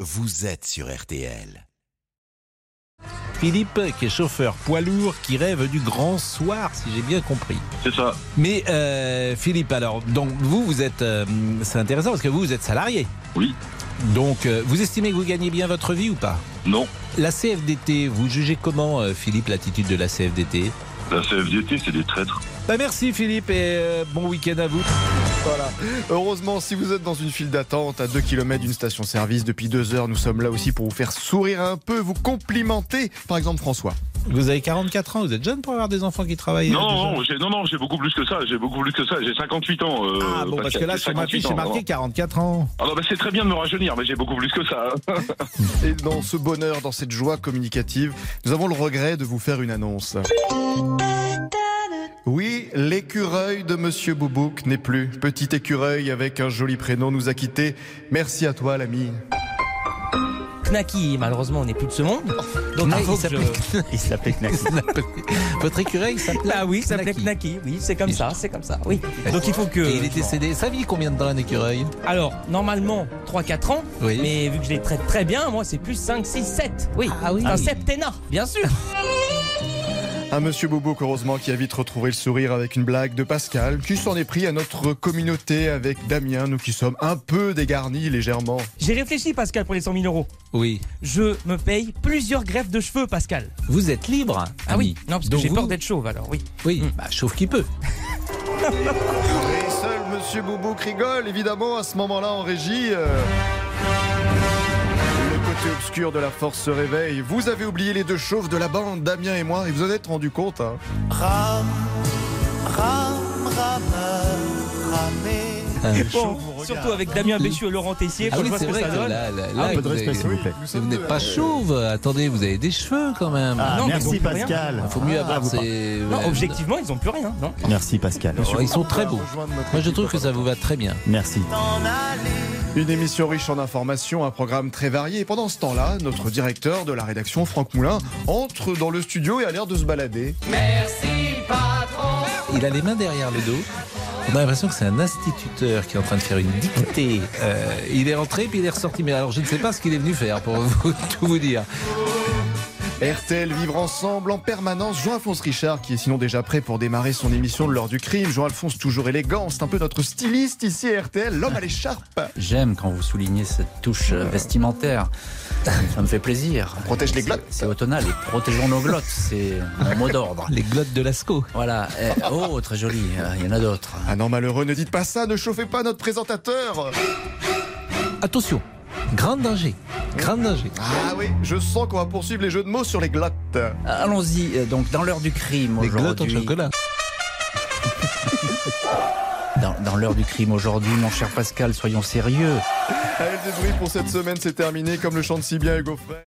vous êtes sur RTL. Philippe, qui est chauffeur poids lourd, qui rêve du grand soir, si j'ai bien compris. C'est ça. Mais euh, Philippe, alors, donc vous, vous êtes. euh, c'est intéressant parce que vous, vous êtes salarié. Oui. Donc, euh, vous estimez que vous gagnez bien votre vie ou pas Non. La CFDT, vous jugez comment, euh, Philippe, l'attitude de la CFDT La CFDT, c'est des traîtres. Bah, Merci, Philippe, et euh, bon week-end à vous. Voilà. Heureusement, si vous êtes dans une file d'attente à 2 km d'une station-service depuis 2 heures, nous sommes là aussi pour vous faire sourire un peu, vous complimenter. Par exemple, François. Vous avez 44 ans, vous êtes jeune pour avoir des enfants qui travaillent euh, déjà Non, non, j'ai, non, non, j'ai beaucoup plus que ça. J'ai beaucoup plus que ça. J'ai 58 ans. euh, Ah bon, parce Pascal, que là, j'ai sur ma fiche, 58 c'est ans, hein. marqué 44 ans. Ah non, bah, c'est très bien de me rajeunir, mais j'ai beaucoup plus que ça. hein. Et dans ce bonheur, dans cette joie communicative, nous avons le regret de vous faire une annonce. Oui, l'écureuil de Monsieur Boubouk n'est plus. Petit écureuil avec un joli prénom nous a quittés. Merci à toi, l'ami. Knacky, malheureusement, on n'est plus de ce monde. Donc Ah, il faut que s'appelait- Il s'appelait Knack. Votre écureuil s'appelait Ah oui, il s'appelait Knacky. Knacky. Oui, c'est comme ça, c'est comme ça. Oui. Donc il faut que. Et il est décédé. Ça vit combien de temps un écureuil Alors, normalement, 3-4 ans. Oui. Mais vu que je les traite très bien, moi, c'est plus 5, 6, 7. Oui. Ah oui. Un septennat, bien sûr. Un monsieur Boubouk, heureusement, qui a vite retrouvé le sourire avec une blague de Pascal, qui s'en est pris à notre communauté avec Damien, nous qui sommes un peu dégarnis légèrement. J'ai réfléchi, Pascal, pour les 100 000 euros. Oui. Je me paye plusieurs greffes de cheveux, Pascal. Vous êtes libre Ah oui. Non, parce que Donc j'ai peur vous- d'être Hmm. Ah chauve, alors oui. Oui, bah, sauf qui peut. Et seul monsieur Boubouk rigole, évidemment, à ce moment-là en régie. euh, Le côté obscur de la force se réveille. Vous avez oublié les deux chauves de la bande, Damien et moi, et vous en êtes rendu compte. hein. Bon, surtout avec Damien Béchu et Laurent Tessier, Ah faut oui, voir ce c'est que vrai ça que donne. Hmm. là, là, Un là, peu de vous avez- respect, s'il vous plaît. Vous n'êtes pas chauve. Attendez, vous avez des cheveux quand même. Ah, Non, mais merci ils ont plus rien. Pascal. Il faut mieux Ah, avoir vous par- ces. Non, Ouais. objectivement, ils ont plus rien, non Merci Pascal. Oh, Ils sont très beaux. Rejoindre notre Moi, je équipe. trouve que ça vous va très bien. Merci. Une émission riche en informations, un programme très varié. Et pendant ce temps-là, notre directeur de la rédaction, Franck Moulin, entre dans le studio et a l'air de se balader. Il a les mains derrière le dos. On a l'impression que c'est un instituteur qui est en train de faire une dictée. Euh, il est rentré puis il est ressorti. Mais alors, je ne sais pas ce qu'il est venu faire pour vous- tout vous dire. RTL Vivre Ensemble en permanence. Jean-Alphonse Richard, qui est sinon déjà prêt pour démarrer son émission de l'heure du crime. Jean-Alphonse, toujours élégant, c'est un peu notre styliste ici à RTL, l'homme à l'écharpe. J'aime quand vous soulignez cette touche euh, vestimentaire. Ça me fait plaisir. Protège les C'est- glottes. C'est automnal. Et protégeons nos glottes. C'est mon mot d'ordre. Les glottes de Lascaux. Voilà. Eh, Oh, très joli. Euh, Il y en a d'autres. Ah non, malheureux, ne dites pas ça, ne chauffez pas notre présentateur. Attention, grand danger. Grand danger. Ah oui, je sens qu'on va poursuivre les jeux de mots sur les glottes. Allons-y. euh, Donc, dans l'heure du crime Les glottes en aujourd'hui. chocolat. Dans, dans l'heure du crime aujourd'hui, mon cher Pascal, soyons sérieux. Allez, le débrief pour cette semaine, c'est terminé, comme le chante si bien Hugo Frey.